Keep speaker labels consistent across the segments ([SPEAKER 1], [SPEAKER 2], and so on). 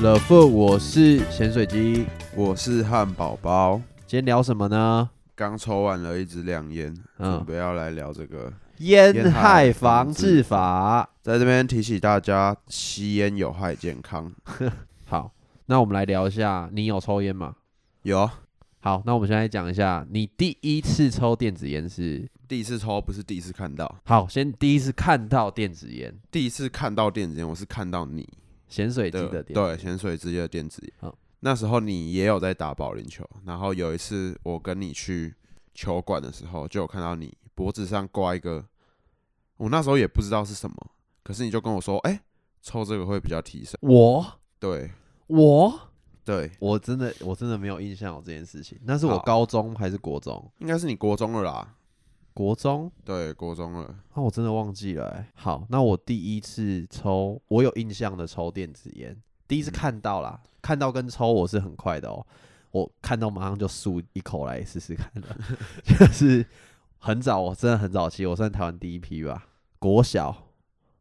[SPEAKER 1] 乐富，我是咸水鸡。
[SPEAKER 2] 我是汉堡包，
[SPEAKER 1] 今天聊什么呢？
[SPEAKER 2] 刚抽完了一支亮烟，
[SPEAKER 1] 嗯
[SPEAKER 2] 准备要来聊这个。
[SPEAKER 1] 烟
[SPEAKER 2] 烟
[SPEAKER 1] 害
[SPEAKER 2] 害
[SPEAKER 1] 防
[SPEAKER 2] 防
[SPEAKER 1] 治
[SPEAKER 2] 治
[SPEAKER 1] 法。
[SPEAKER 2] 在这边提醒大家，吸烟有害健康。
[SPEAKER 1] 好，那我们来聊一下，你有抽烟吗？
[SPEAKER 2] 有
[SPEAKER 1] 好，那我们先来讲一下，你第一次抽电子烟是？
[SPEAKER 2] 第一次抽不是第一次看到，
[SPEAKER 1] 好，先第一次看到电子烟，
[SPEAKER 2] 第一次看到电子烟，我是看到你
[SPEAKER 1] 咸水鸡
[SPEAKER 2] 的
[SPEAKER 1] 的电。嗯
[SPEAKER 2] 对咸水之夜的电子烟
[SPEAKER 1] 好。
[SPEAKER 2] 那时候你也有在打保龄球，然后有一次我跟你去球馆的时候，就有看到你脖子上挂一个，我那时候也不知道是什么，可是你就跟我说，哎、抽这个会比较提神。
[SPEAKER 1] 我
[SPEAKER 2] 对
[SPEAKER 1] 我
[SPEAKER 2] 对，
[SPEAKER 1] 我真的我真的没有印象有这件事情，那是我
[SPEAKER 2] 好
[SPEAKER 1] 高中还是国中？
[SPEAKER 2] 应该是你国中了啦。
[SPEAKER 1] 国中。
[SPEAKER 2] 对，国中了。
[SPEAKER 1] 那、我真的忘记了欸、好，那我第一次抽，我有印象的抽电子烟，第一次看到啦，看到跟抽我是很快的哦，我看到马上就漱一口来试试看了，就是很早，我真的很早期，我算台湾第一批吧，国小，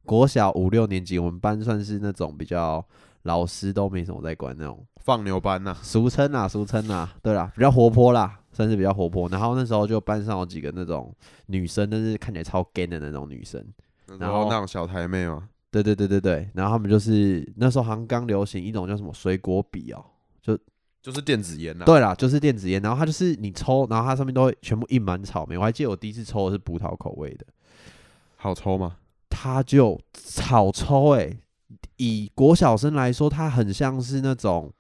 [SPEAKER 1] 国小五六年级，我们班算是那种比较老师都没什么在管那种
[SPEAKER 2] 放牛班呐、
[SPEAKER 1] 俗称啊，俗称啊，对啦，比较活泼啦，算是比较活泼。然后那时候就班上有几个那种女生，但是看起来超 gay 的那种女生。然
[SPEAKER 2] 然
[SPEAKER 1] 后
[SPEAKER 2] 后那种小台妹嘛，
[SPEAKER 1] 对对对对对，然后他们就是那时候好像刚流行一种叫什么水果笔哦，
[SPEAKER 2] 就是电子烟呐、
[SPEAKER 1] 对啦，就是电子烟，然后它就是你抽，然后它上面都会全部印满草莓。我还记得我第一次抽的是葡萄口味的，
[SPEAKER 2] 好抽吗？
[SPEAKER 1] 它就草抽诶、以国小生来说，它很像是那种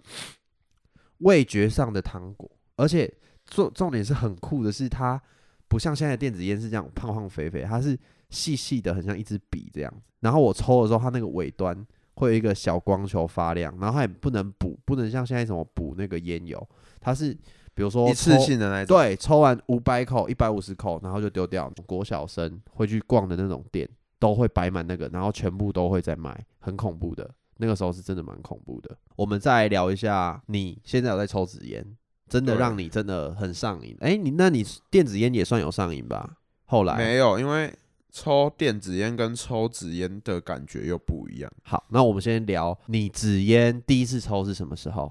[SPEAKER 1] 味觉上的糖果，而且重重点是很酷的是，它不像现在的电子烟是这样胖胖肥肥，它是细细的，很像一支笔这样子。然后我抽的时候，它那个尾端会有一个小光球发亮，然后它也不能补，不能像现在什么补那个烟油，它是比如说
[SPEAKER 2] 一次
[SPEAKER 1] 抽
[SPEAKER 2] 性的那一种。
[SPEAKER 1] 对，抽完五百口、一百五十口，然后就丢掉。国小生会去逛的那种店，都会摆满那个，然后全部都会在卖，很恐怖的。那个时候是真的蛮恐怖的。我们再来聊一下，你现在有在抽纸烟，真的
[SPEAKER 2] 对
[SPEAKER 1] 让你真的很上瘾。哎、你那你电子烟也算有上瘾吧？后来
[SPEAKER 2] 没有，因为抽电子烟跟抽纸烟的感觉又不一样。
[SPEAKER 1] 好，那我们先聊你纸烟第一次抽是什么时候？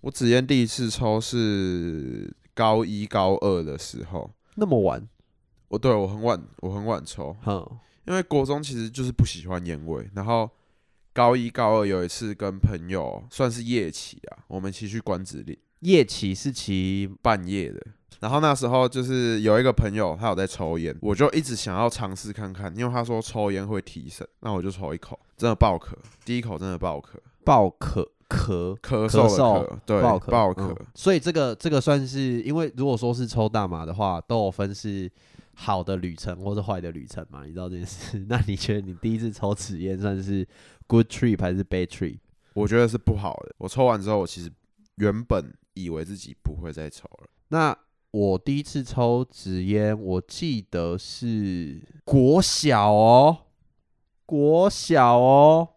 [SPEAKER 2] 我纸烟第一次抽是高一高二的时候，
[SPEAKER 1] 那么晚？
[SPEAKER 2] 我对我很晚，我很晚抽，
[SPEAKER 1] 哼，
[SPEAKER 2] 因为国中其实就是不喜欢烟味，然后。高一高二有一次跟朋友算是夜骑啊，我们一起去关子岭，
[SPEAKER 1] 夜骑是骑
[SPEAKER 2] 半夜的。然后那时候就是有一个朋友，他有在抽烟，我就一直想要尝试看看，因为他说抽烟会提神，那我就抽一口，真的爆咳，第一口真的爆咳，
[SPEAKER 1] 爆咳咳咳
[SPEAKER 2] 咳嗽
[SPEAKER 1] 嗽
[SPEAKER 2] 的咳，对，
[SPEAKER 1] 爆
[SPEAKER 2] 爆
[SPEAKER 1] 咳，
[SPEAKER 2] 咳，
[SPEAKER 1] 嗯所以这个这个算是，因为如果说是抽大麻的话，都有分是好的旅程或是坏的旅程嘛，你知道这件事。 那你觉得你第一次抽纸烟算是 good trip 还是 bad trip？
[SPEAKER 2] 我觉得是不好的。我抽完之后，我其实原本以为自己不会再抽了，
[SPEAKER 1] 那我第一次抽纸烟，我记得是国小哦，国小哦，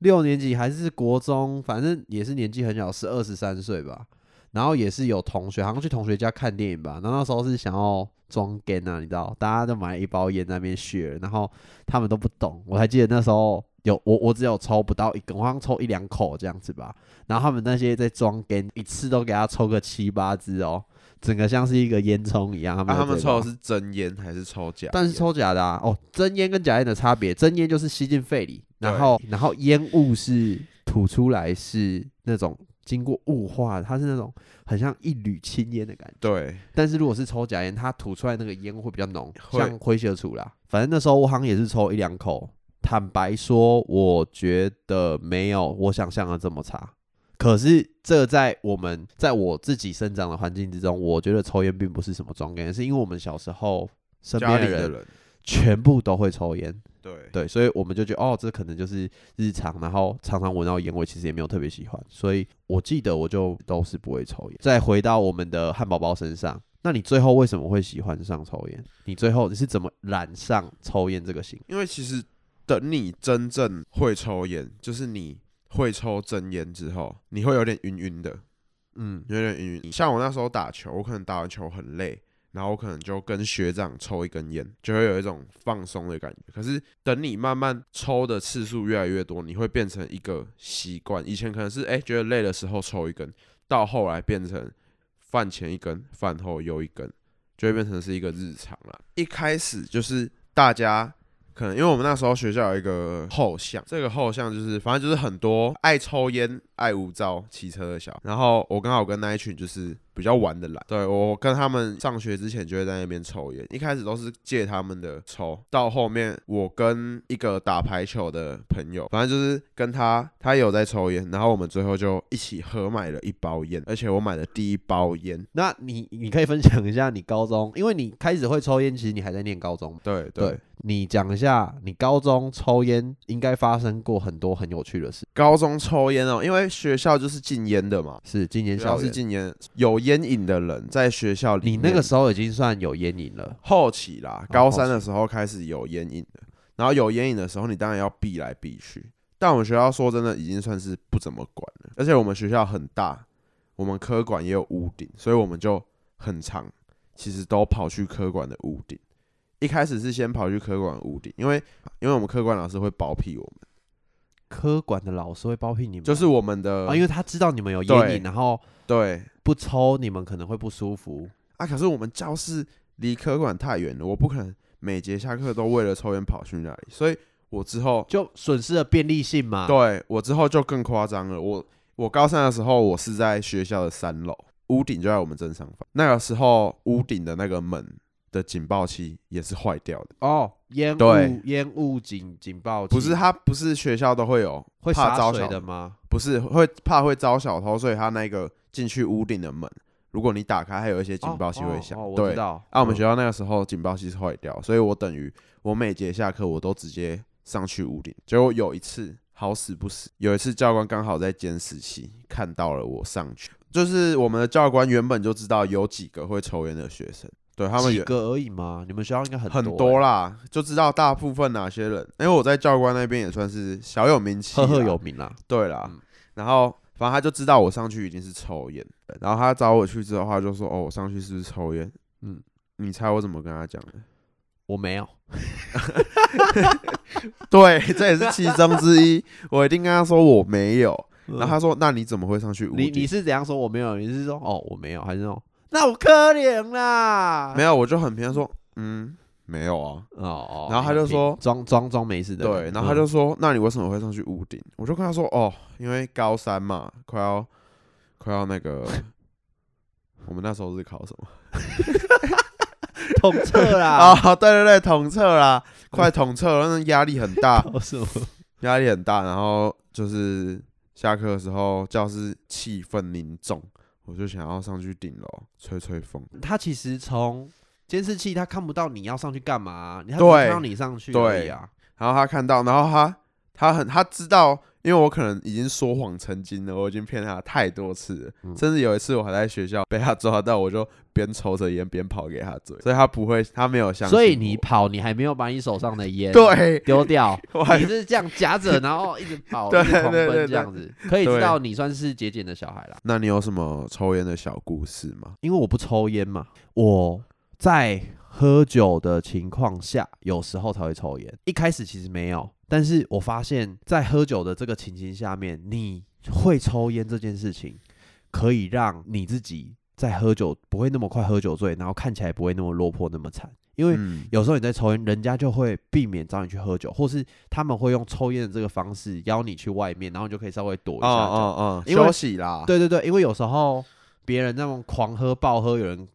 [SPEAKER 1] 六年级还是国中，反正也是年纪很小，是二十三岁吧。然后也是有同学，好像去同学家看电影吧。然后那时候是想要装 gay 啊，你知道，大家就买了一包烟在那边 share，然后他们都不懂。我还记得那时候有我，我只有抽不到一根，我好像抽一两口这样子吧。然后他们那些在装 gay，一次都给他抽个七八支哦，整个像是一个烟囱一样。他
[SPEAKER 2] 那、
[SPEAKER 1] 们、
[SPEAKER 2] 啊他们抽的，是真烟还是抽假烟？
[SPEAKER 1] 但是抽假的啊。哦，真烟跟假烟的差别，真烟就是吸进肺里，然后然后烟雾是吐出来是那种经过雾化的，它是那种很像一缕青烟的感觉。
[SPEAKER 2] 对，
[SPEAKER 1] 但是如果是抽假烟，它吐出来那个烟会比较浓，
[SPEAKER 2] 会
[SPEAKER 1] 像灰色处啦。反正那时候我好像也是抽一两口，坦白说，我觉得没有我想象的这么差。可是这在我们在我自己生长的环境之中，我觉得抽烟并不是什么装感，是因为我们小时候身
[SPEAKER 2] 家
[SPEAKER 1] 边
[SPEAKER 2] 里
[SPEAKER 1] 的
[SPEAKER 2] 的
[SPEAKER 1] 人
[SPEAKER 2] 人，
[SPEAKER 1] 全部都会抽烟，
[SPEAKER 2] 对，
[SPEAKER 1] 对，所以我们就觉得哦，这可能就是日常，然后常常闻到烟味，其实也没有特别喜欢，所以我记得我就都是不会抽烟。再回到我们的汉堡包身上，那你最后为什么会喜欢上抽烟？你最后你是怎么染上抽烟这个行为？
[SPEAKER 2] 因为其实等你真正会抽烟，就是你会抽真烟之后，你会有点晕晕的。
[SPEAKER 1] 嗯
[SPEAKER 2] 有点晕。像我那时候打球，我可能打完球很累，然后我可能就跟学长抽一根烟，就会有一种放松的感觉。可是等你慢慢抽的次数越来越多，你会变成一个习惯。以前可能是哎、觉得累的时候抽一根，到后来变成饭前一根，饭后又一根，就会变成是一个日常了。一开始就是大家可能因为我们那时候学校有一个后巷，这个后巷就是反正就是很多爱抽烟、爱无照、骑车的小。然后我刚好跟那一群就是比较玩的来，对我跟他们上学之前就会在那边抽烟，一开始都是借他们的抽，到后面我跟一个打排球的朋友，反正就是跟他，他也有在抽烟，然后我们最后就一起合买了一包烟，而且我买的第一包烟，
[SPEAKER 1] 那你你可以分享一下你高中，因为你开始会抽烟，其实你还在念高中嘛。
[SPEAKER 2] 对对，
[SPEAKER 1] 你讲一下你高中抽烟应该发生过很多很有趣的事，
[SPEAKER 2] 高中抽烟哦，因为学校就是禁烟的嘛。
[SPEAKER 1] 是今年
[SPEAKER 2] 学校
[SPEAKER 1] 校
[SPEAKER 2] 是
[SPEAKER 1] 园，
[SPEAKER 2] 禁烟，有烟瘾的人在学校里
[SPEAKER 1] 你
[SPEAKER 2] 面，
[SPEAKER 1] 那个时候已经算有烟瘾了。
[SPEAKER 2] 后期啦，
[SPEAKER 1] 哦
[SPEAKER 2] 高
[SPEAKER 1] 后
[SPEAKER 2] 三的时候开始有烟瘾的，然后有烟瘾的时候，你当然要避来避去。但我们学校说真的已经算是不怎么管了，而且我们学校很大，我们科管也有屋顶，所以我们就很常其实都跑去科管的屋顶。一开始是先跑去科管的屋顶，因为因为我们科管老师会包庇我们，
[SPEAKER 1] 科管的老师会包庇你们吗，
[SPEAKER 2] 就是我们的、
[SPEAKER 1] 啊，因为他知道你们有烟
[SPEAKER 2] 对
[SPEAKER 1] 瘾，然后
[SPEAKER 2] 对
[SPEAKER 1] 不抽你们可能会不舒服。
[SPEAKER 2] 啊，可是我们教室离科管太远了，我不可能每节下课都为了抽烟跑去那里，所以我之后
[SPEAKER 1] 就啊损失了便利性嘛。
[SPEAKER 2] 对我之后就更夸张了。我我高三的时候，我是在学校的三楼，屋顶就在我们正上方。那个时候，屋顶的那个门的警报器也是坏掉的，
[SPEAKER 1] 哦，烟
[SPEAKER 2] 对
[SPEAKER 1] 雾烟雾警警报器
[SPEAKER 2] 不是它不是学校都会有
[SPEAKER 1] 嗯会
[SPEAKER 2] 怕
[SPEAKER 1] 洒
[SPEAKER 2] 招
[SPEAKER 1] 水
[SPEAKER 2] 小
[SPEAKER 1] 的吗？
[SPEAKER 2] 不是会怕会招小偷，所以它那个进去屋顶的门，如果你打开，还有一些警报器会响。
[SPEAKER 1] 哦哦哦我
[SPEAKER 2] 对
[SPEAKER 1] 知，道。
[SPEAKER 2] 啊，我们学
[SPEAKER 1] 校
[SPEAKER 2] 校那个时候警报器是坏掉，所以我等于我每节下课我都直接上去屋顶。结果有一次好死不死，有一次教官刚好在监视器看到了我上去，就是我们的教官原本就知道有几个会抽烟的学生，对他们
[SPEAKER 1] 几
[SPEAKER 2] 有
[SPEAKER 1] 个而已嘛，你们学校应该很
[SPEAKER 2] 很
[SPEAKER 1] 多
[SPEAKER 2] 多
[SPEAKER 1] 欸，
[SPEAKER 2] 啦，就知道大部分哪些人。因为我在教官那边也算是小有名气，
[SPEAKER 1] 赫赫有名啦。
[SPEAKER 2] 对啦，
[SPEAKER 1] 嗯
[SPEAKER 2] 然后反正他就知道我上去一定是抽烟，然后他找我去之后，他就说：“哦，我上去是不是抽烟？”
[SPEAKER 1] 嗯
[SPEAKER 2] 嗯，你猜我怎么跟他讲的？
[SPEAKER 1] 我没有，
[SPEAKER 2] 对，这也是其中之一。我一定跟他说我没有，然后他说：“那你怎么会上去屋
[SPEAKER 1] 你
[SPEAKER 2] 顶？”
[SPEAKER 1] 你是怎样说我没有？你是说哦我没有，还是说那我可怜啦？
[SPEAKER 2] 没有，我就很平常说：“嗯，没有啊。
[SPEAKER 1] 哦哦，
[SPEAKER 2] 然后他就说
[SPEAKER 1] 装装装没事”的人。
[SPEAKER 2] 对，然后他就说：“那你为什么会上去屋顶？”我就跟他说：“哦，因为高三嘛，快要快要那个， 我们那时候是考什么
[SPEAKER 1] 嗯 痛彻 啦，
[SPEAKER 2] 啊？对对对，统测啦，快统测了，那压力很大，
[SPEAKER 1] 搞什么？
[SPEAKER 2] 压力很大。然后就是下课的时候，教室气氛凝重，我就想要上去顶楼吹吹风。”
[SPEAKER 1] 他其实从监视器他看不到你要上去干嘛，他只看到你上去而已啊。
[SPEAKER 2] 然后他看到，然后他他很他知道，因为我可能已经说谎成精了，我已经骗他太多次了，
[SPEAKER 1] 嗯
[SPEAKER 2] 甚至有一次我还在学校被他抓到，我就边抽着烟边跑给他追，所以他不会，他没有相信我。
[SPEAKER 1] 所以你跑，你还没有把你手上的烟
[SPEAKER 2] 对，
[SPEAKER 1] 丢 掉，
[SPEAKER 2] 我还
[SPEAKER 1] 你是这样夹着，然后一直跑，
[SPEAKER 2] 对
[SPEAKER 1] 一直狂
[SPEAKER 2] 对对
[SPEAKER 1] 奔
[SPEAKER 2] 对
[SPEAKER 1] 这样子，可以知
[SPEAKER 2] 对
[SPEAKER 1] 道你算是节俭的小孩啦。
[SPEAKER 2] 那你有什么抽烟的小故事吗？
[SPEAKER 1] 因为我不抽烟嘛，我在喝酒的情况下，有时候才会抽烟。一开始其实没有，但是我发现，在喝酒的这个情形下面，你会抽烟这件事情，可以让你自己在喝酒不会那么快喝酒醉，然后看起来不会那么落魄那么惨，因为。
[SPEAKER 2] 嗯，
[SPEAKER 1] 有时候你在抽烟，人家就会避免找你去喝酒，或是他们会用抽烟的这个方式邀你去外面，然后你就可以稍微躲一
[SPEAKER 2] 哦
[SPEAKER 1] 下。这样
[SPEAKER 2] 哦哦，
[SPEAKER 1] 因为
[SPEAKER 2] 休息啦。
[SPEAKER 1] 对对对，因为有时候别人那种狂喝暴喝，有人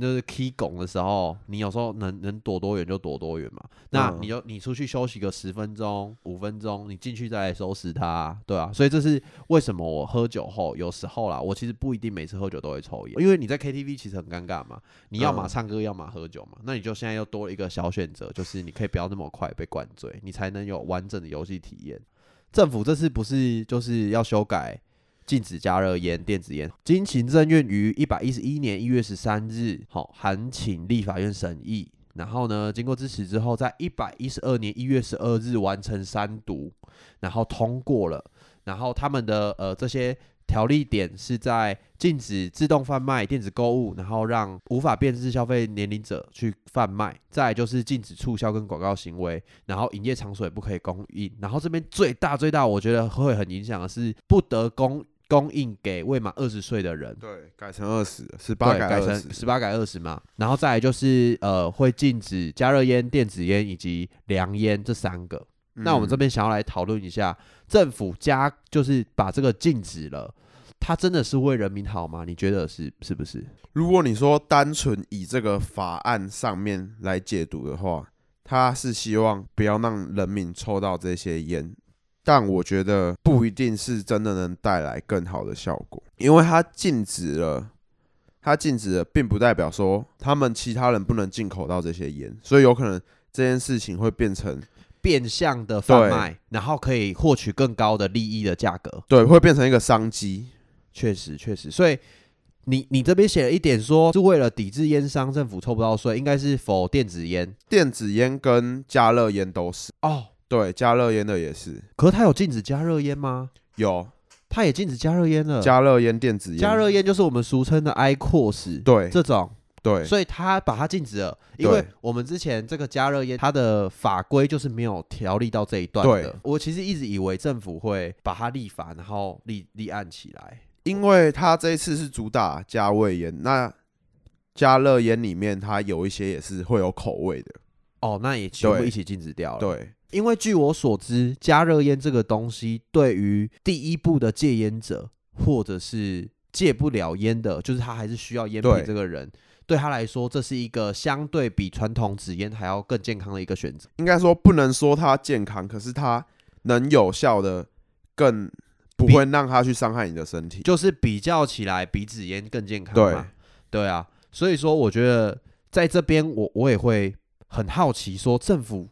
[SPEAKER 1] 就是 K 拱的时候，你有时候能能躲多远就躲多远嘛。那
[SPEAKER 2] 嗯
[SPEAKER 1] 你就你出去休息个十分钟、五分钟，你进去再来收拾它，对啊。所以这是为什么我喝酒后有时候啦，我其实不一定每次喝酒都会抽烟，因为你在 KTV 其实很尴尬嘛，你要嘛
[SPEAKER 2] 嗯
[SPEAKER 1] 唱歌，要嘛喝酒嘛。那你就现在又多了一个小选择，就是你可以不要那么快被灌醉，你才能有完整的游戏体验。政府这次不是就是要修改禁止加热烟、电子烟。经行政院于一百一十一年一月十三日，好、函请立法院审议，然后呢，经过支持之后，在一百一十二年一月十二日完成三读，然后通过了。然后他们的呃这些条例点是在禁止自动贩卖、电子购物，然后让无法辨识消费年龄者去贩卖。再来就是禁止促销跟广告行为，然后营业场所也不可以供应。然后这边最大最大，我觉得会很影响的是不得供供应给未满二十岁的人。
[SPEAKER 2] 对，改成二十，十八
[SPEAKER 1] 对，
[SPEAKER 2] 改
[SPEAKER 1] 改
[SPEAKER 2] 二
[SPEAKER 1] 成十
[SPEAKER 2] 十，
[SPEAKER 1] 八改二十嘛，然后再来就是呃，会禁止加热烟、电子烟以及凉烟这三个。那我们这
[SPEAKER 2] 嗯
[SPEAKER 1] 边想要来讨论一下，政府加就是把这个禁止了，它真的是为人民好吗？你觉得是是不是？
[SPEAKER 2] 如果你说单纯以这个法案上面来解读的话，他是希望不要让人民抽到这些烟，但我觉得不一定是真的能带来更好的效果，因为他禁止了，他禁止了，并不代表说他们其他人不能进口到这些烟，所以有可能这件事情会变成
[SPEAKER 1] 变相的贩
[SPEAKER 2] 对
[SPEAKER 1] 卖，然后可以获取更高的利益的价格，
[SPEAKER 2] 对，会变成一个商机，
[SPEAKER 1] 确实确实，所以。你你这边写了一点说，是为了抵制烟商，政府抽不到税，应该是否电子烟
[SPEAKER 2] 电子烟跟加热烟都是，
[SPEAKER 1] 哦？
[SPEAKER 2] 对，加热烟的也是
[SPEAKER 1] 可是它有禁止加热烟吗？
[SPEAKER 2] 有
[SPEAKER 1] 它也禁止加热烟了。
[SPEAKER 2] 加热烟、电子烟，
[SPEAKER 1] 加热烟就是我们俗称的 i c o s
[SPEAKER 2] 对
[SPEAKER 1] 这种，
[SPEAKER 2] 对。
[SPEAKER 1] 所以它把它禁止了，因为
[SPEAKER 2] 对
[SPEAKER 1] 我们之前这个加热烟它的法规就是没有条例到这一段的
[SPEAKER 2] 对。
[SPEAKER 1] 我其实一直以为政府会把它立法，然后立立案起来。
[SPEAKER 2] 因为它这一次是主打加味烟，那加热烟里面它有一些也是会有口味的，
[SPEAKER 1] 哦，那也全部
[SPEAKER 2] 对
[SPEAKER 1] 一起禁止掉了。，
[SPEAKER 2] 对，
[SPEAKER 1] 因为据我所知，加热烟这个东西对于第一步的戒烟者，或者是戒不了烟的，就是他还是需要烟品
[SPEAKER 2] 对
[SPEAKER 1] 这个人，对他来说，这是一个相对比传统纸烟还要更健康的一个选择。
[SPEAKER 2] 应该说不能说它健康，可是它能有效的更不
[SPEAKER 1] 比
[SPEAKER 2] 会让它去伤害你的身体。
[SPEAKER 1] 就是比较起来，比纸烟更健康
[SPEAKER 2] 对
[SPEAKER 1] 嘛。对啊，所以说我觉得在这边我我也会很好奇，说政府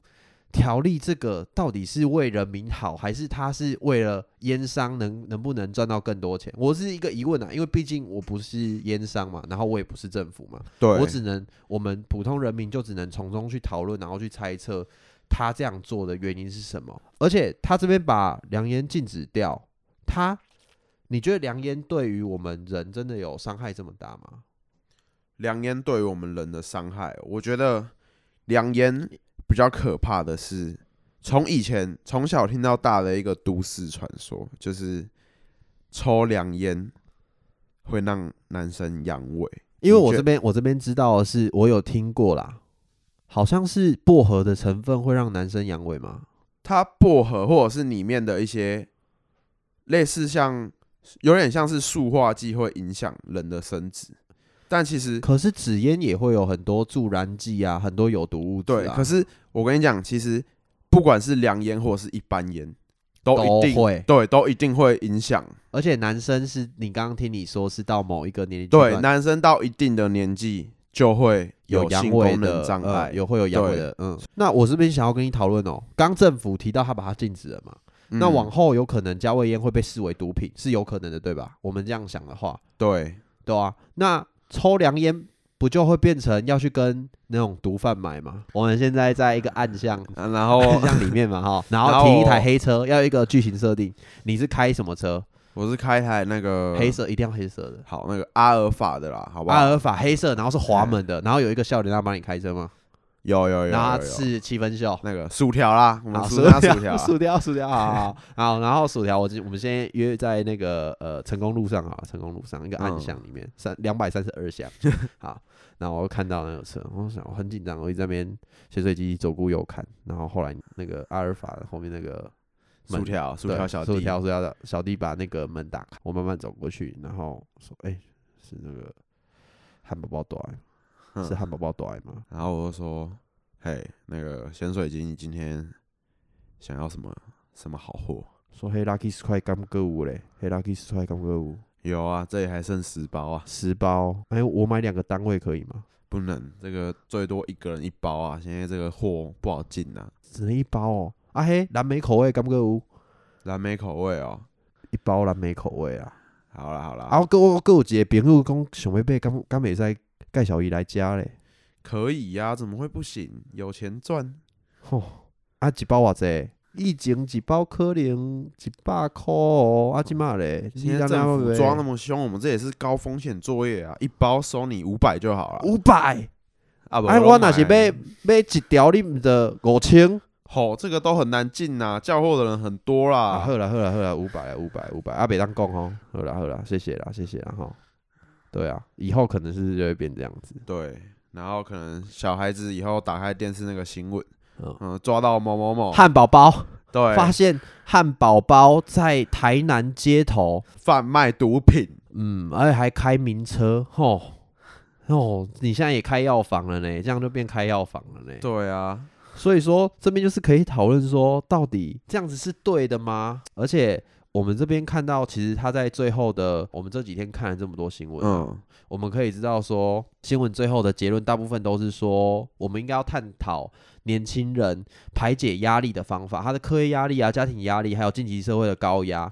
[SPEAKER 1] 条例这个到底是为人民好，还是他是为了烟商能能不能赚到更多钱？我是一个疑问啊，因为毕竟我不是烟商嘛，然后我也不是政府嘛，
[SPEAKER 2] 对，
[SPEAKER 1] 我只能我们普通人民就只能从中去讨论，然后去猜测他这样做的原因是什么。而且他这边把良烟禁止掉，他你觉得良烟对于我们人真的有伤害这么大吗？
[SPEAKER 2] 凉烟对于我们人的伤害，我觉得凉烟比较可怕的是，从以前从小听到大的一个都市传说，就是抽凉烟会让男生阳痿。
[SPEAKER 1] 因为
[SPEAKER 2] 你
[SPEAKER 1] 我
[SPEAKER 2] 觉
[SPEAKER 1] 这边我这边知道的是，我有听过啦，好像是薄荷的成分会让男生阳痿吗？
[SPEAKER 2] 它薄荷或者是里面的一些类似像有点像是塑化剂会影响人的生殖，但其实
[SPEAKER 1] 可是纸烟也会有很多助燃剂啊，很多有毒物质、啊，
[SPEAKER 2] 对，可是我跟你讲，其实不管是凉烟或是一般烟，都
[SPEAKER 1] 都
[SPEAKER 2] 一定
[SPEAKER 1] 会
[SPEAKER 2] 对，都一定会影响。
[SPEAKER 1] 而且男生是你刚刚听你说是到某一个年龄阶
[SPEAKER 2] 对，
[SPEAKER 1] 段
[SPEAKER 2] 男生到一定的年纪就会
[SPEAKER 1] 有阳
[SPEAKER 2] 性
[SPEAKER 1] 痿
[SPEAKER 2] 功
[SPEAKER 1] 的
[SPEAKER 2] 能障碍，
[SPEAKER 1] 呃有会有阳痿
[SPEAKER 2] 对
[SPEAKER 1] 的，嗯。那我这边想要跟你讨论哦，刚政府提到他把它禁止了嘛，
[SPEAKER 2] 嗯
[SPEAKER 1] 那往后有可能加味烟会被视为毒品，是有可能的，对吧？我们这样想的话，
[SPEAKER 2] 对
[SPEAKER 1] 对啊，那抽凉烟不就会变成要去跟那种毒贩买吗？我们现在在一个暗巷。
[SPEAKER 2] 啊然
[SPEAKER 1] 暗
[SPEAKER 2] 后
[SPEAKER 1] 巷里面嘛 哈，然
[SPEAKER 2] 然
[SPEAKER 1] 后
[SPEAKER 2] 后
[SPEAKER 1] 停一台黑车，要一个剧情设定。你是开什么车？
[SPEAKER 2] 我是开台那个
[SPEAKER 1] 黑色，一定要黑色的。
[SPEAKER 2] 好那个阿尔法的啦，好不
[SPEAKER 1] 阿
[SPEAKER 2] 好？
[SPEAKER 1] 尔法黑色，然后是滑门的，然后有一个笑脸让帮你开车吗？
[SPEAKER 2] 有有有
[SPEAKER 1] 然后
[SPEAKER 2] 有
[SPEAKER 1] 它
[SPEAKER 2] 有
[SPEAKER 1] 是七分袖，
[SPEAKER 2] 那个薯条啦，我们
[SPEAKER 1] 好，
[SPEAKER 2] 薯它薯条 啊，
[SPEAKER 1] 薯条，薯条，好好，好，然后薯条，我今我们现在约在那个呃成功路上啊，成功路上一个暗
[SPEAKER 2] 嗯
[SPEAKER 1] 巷里面，三两百三十二 巷，好，然后我看到那个车，我想我很紧张，我一直在那边斜水机左顾右看，然后后来那个阿尔法后面那个门
[SPEAKER 2] 薯条薯
[SPEAKER 1] 对
[SPEAKER 2] 条小
[SPEAKER 1] 薯
[SPEAKER 2] 弟，
[SPEAKER 1] 条薯条的小弟把那个门打开，我慢慢走过去，然后说，哎、是那个汉堡包短，
[SPEAKER 2] 嗯
[SPEAKER 1] 是汉堡包短吗？
[SPEAKER 2] 然后我就说，嘿，那个咸水鸡，你今天想要什么什么好货？
[SPEAKER 1] 说黑 lucky 是块刚歌舞嘞，黑 lucky 是块刚歌舞。
[SPEAKER 2] 有啊，这里还剩十包啊，
[SPEAKER 1] 十包，哎，我买两个单位可以吗？
[SPEAKER 2] 不能，这个最多一个人一包啊，现在这个货不好进啊，
[SPEAKER 1] 只能一包哦。啊嘿，蓝莓口味敢不敢有？
[SPEAKER 2] 蓝莓口味哦。
[SPEAKER 1] 一包蓝莓口味啊。
[SPEAKER 2] 好啦好啦，
[SPEAKER 1] 啊，我我我有一个朋友讲，想要买敢敢袂使介绍伊来家嘞。
[SPEAKER 2] 啊可以呀、怎么会不行？有钱赚。
[SPEAKER 1] 吼，啊一包偌济？疫情一包可能一百箍哦，啊，即嘛咧，你
[SPEAKER 2] 现在
[SPEAKER 1] 当
[SPEAKER 2] 政
[SPEAKER 1] 然
[SPEAKER 2] 府
[SPEAKER 1] 要
[SPEAKER 2] 抓那么凶，我们这也是高风险作业啊，一包收你五百就好了。
[SPEAKER 1] 五百，
[SPEAKER 2] 啊不，
[SPEAKER 1] 哎，我若是
[SPEAKER 2] 都买
[SPEAKER 1] 买买一条，你毋得五千？
[SPEAKER 2] 吼，这个都很难进呐、叫货的人很多
[SPEAKER 1] 啊，
[SPEAKER 2] 啦。
[SPEAKER 1] 好啦好啦好啦，五百啦五百五百，啊，袂当讲吼，好啦好啦，谢谢啦谢谢啦吼。对啊，以后可能是就会变这样子。
[SPEAKER 2] 对，然后可能小孩子以后打开电视那个新闻，
[SPEAKER 1] 嗯，
[SPEAKER 2] 嗯，抓到某某某，
[SPEAKER 1] 汉堡包
[SPEAKER 2] 对，
[SPEAKER 1] 发现汉堡包在台南街头，
[SPEAKER 2] 贩卖毒品，
[SPEAKER 1] 嗯，而且还开名车，吼。哦，你现在也开药房了呢，这样就变开药房了呢。
[SPEAKER 2] 对啊，
[SPEAKER 1] 所以说这边就是可以讨论说，到底这样子是对的吗？而且我们这边看到，其实他在最后的，我们这几天看了这么多新闻，啊
[SPEAKER 2] 嗯，
[SPEAKER 1] 我们可以知道说，新闻最后的结论大部分都是说，我们应该要探讨年轻人排解压力的方法，他的课业压力啊、家庭压力，还有近期社会的高压，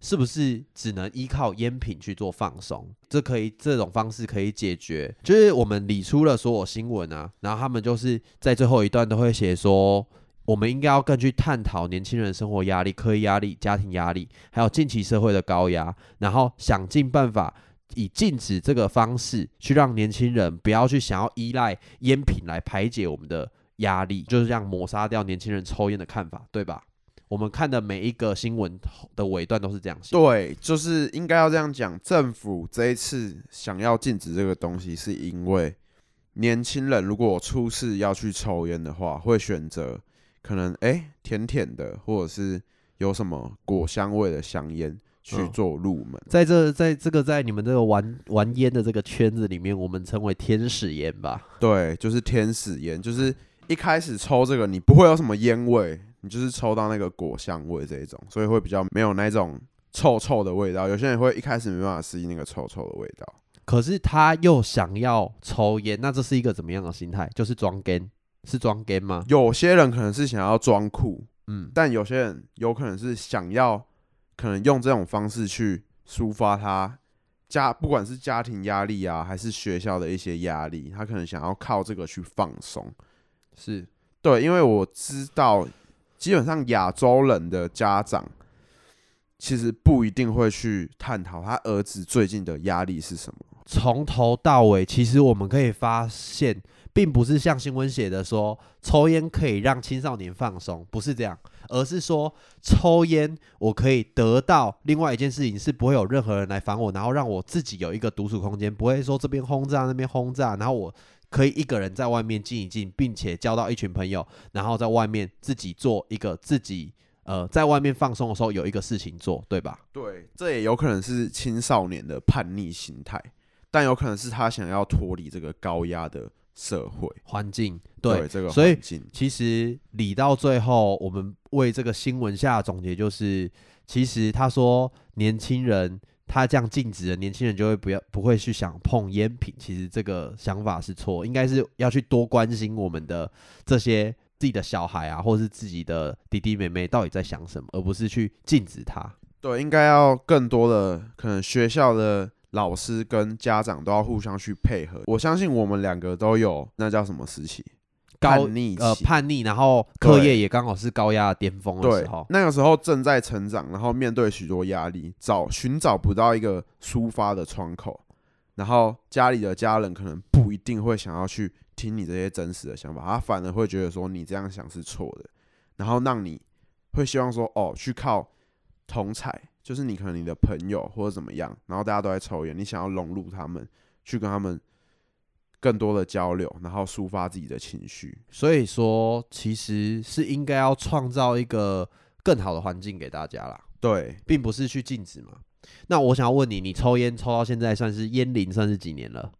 [SPEAKER 1] 是不是只能依靠烟品去做放松？这可以这种方式可以解决，就是我们理出了所有新闻啊，然后他们就是在最后一段都会写说。我们应该要更去探讨年轻人生活压力、课业压力、家庭压力，还有近期社会的高压，然后想尽办法以禁止这个方式去让年轻人不要去想要依赖烟品来排解我们的压力，就是这样抹杀掉年轻人抽烟的看法，对吧？我们看的每一个新闻的尾段都是这样写，
[SPEAKER 2] 对，就是应该要这样讲。政府这一次想要禁止这个东西，是因为年轻人如果出事要去抽烟的话，会选择可能哎、诶甜甜的，或者是有什么果香味的香烟去
[SPEAKER 1] 嗯
[SPEAKER 2] 做入门。
[SPEAKER 1] 在这在这个在你们这个玩玩烟的这个圈子里面，我们称为天使烟吧。
[SPEAKER 2] 对，就是天使烟，就是一开始抽这个，你不会有什么烟味，你就是抽到那个果香味这一种，所以会比较没有那种臭臭的味道。有些人会一开始没办法适应那个臭臭的味道。
[SPEAKER 1] 可是他又想要抽烟，那这是一个怎么样的心态？就是装 gay，是装 gay 吗？
[SPEAKER 2] 有些人可能是想要装酷，
[SPEAKER 1] 嗯，
[SPEAKER 2] 但有些人有可能是想要，可能用这种方式去抒发他家，不管是家庭压力啊，还是学校的一些压力，他可能想要靠这个去放松。
[SPEAKER 1] 是
[SPEAKER 2] 对，因为我知道，基本上亚洲人的家长其实不一定会去探讨他儿子最近的压力是什么。
[SPEAKER 1] 从头到尾，其实我们可以发现，并不是像新闻写的说抽烟可以让青少年放松，不是这样，而是说抽烟我可以得到另外一件事情，是不会有任何人来烦我，然后让我自己有一个独处空间，不会说这边轰炸那边轰炸，然后我可以一个人在外面静一静，并且交到一群朋友，然后在外面自己做一个自己呃在外面放松的时候有一个事情做，对吧？
[SPEAKER 2] 对，这也有可能是青少年的叛逆心态，但有可能是他想要脱离这个高压的社会。
[SPEAKER 1] 环境
[SPEAKER 2] 这个
[SPEAKER 1] 所以
[SPEAKER 2] 环境，
[SPEAKER 1] 其实理到最后，我们为这个新闻下的总结就是，其实他说年轻人他这样禁止了，年轻人就会不要不会去想碰烟品。其实这个想法是错，应该是要去多关心我们的这些自己的小孩啊，或是自己的弟弟妹妹到底在想什么，而不是去禁止他。
[SPEAKER 2] 对，应该要更多的可能学校的老师跟家长都要互相去配合。我相信我们两个都有那叫什么时期，
[SPEAKER 1] 高
[SPEAKER 2] 叛逆期。
[SPEAKER 1] 呃叛逆，然后课
[SPEAKER 2] 对
[SPEAKER 1] 业也刚好是高压的巅峰的
[SPEAKER 2] 对
[SPEAKER 1] 时候，，
[SPEAKER 2] 那个时候正在成长，然后面对许多压力，找寻找不到一个抒发的窗口，然后家里的家人可能不一定会想要去听你这些真实的想法，他反而会觉得说你这样想是错的，然后让你会希望说哦，去靠同才，就是你可能你的朋友或者怎么样，然后大家都在抽烟，你想要融入他们，去跟他们更多的交流，然后抒发自己的情绪。
[SPEAKER 1] 所以说其实是应该要创造一个更好的环境给大家啦。
[SPEAKER 2] 对，
[SPEAKER 1] 并不是去禁止嘛。那我想要问你，你抽烟抽到现在算是烟龄算是几年了？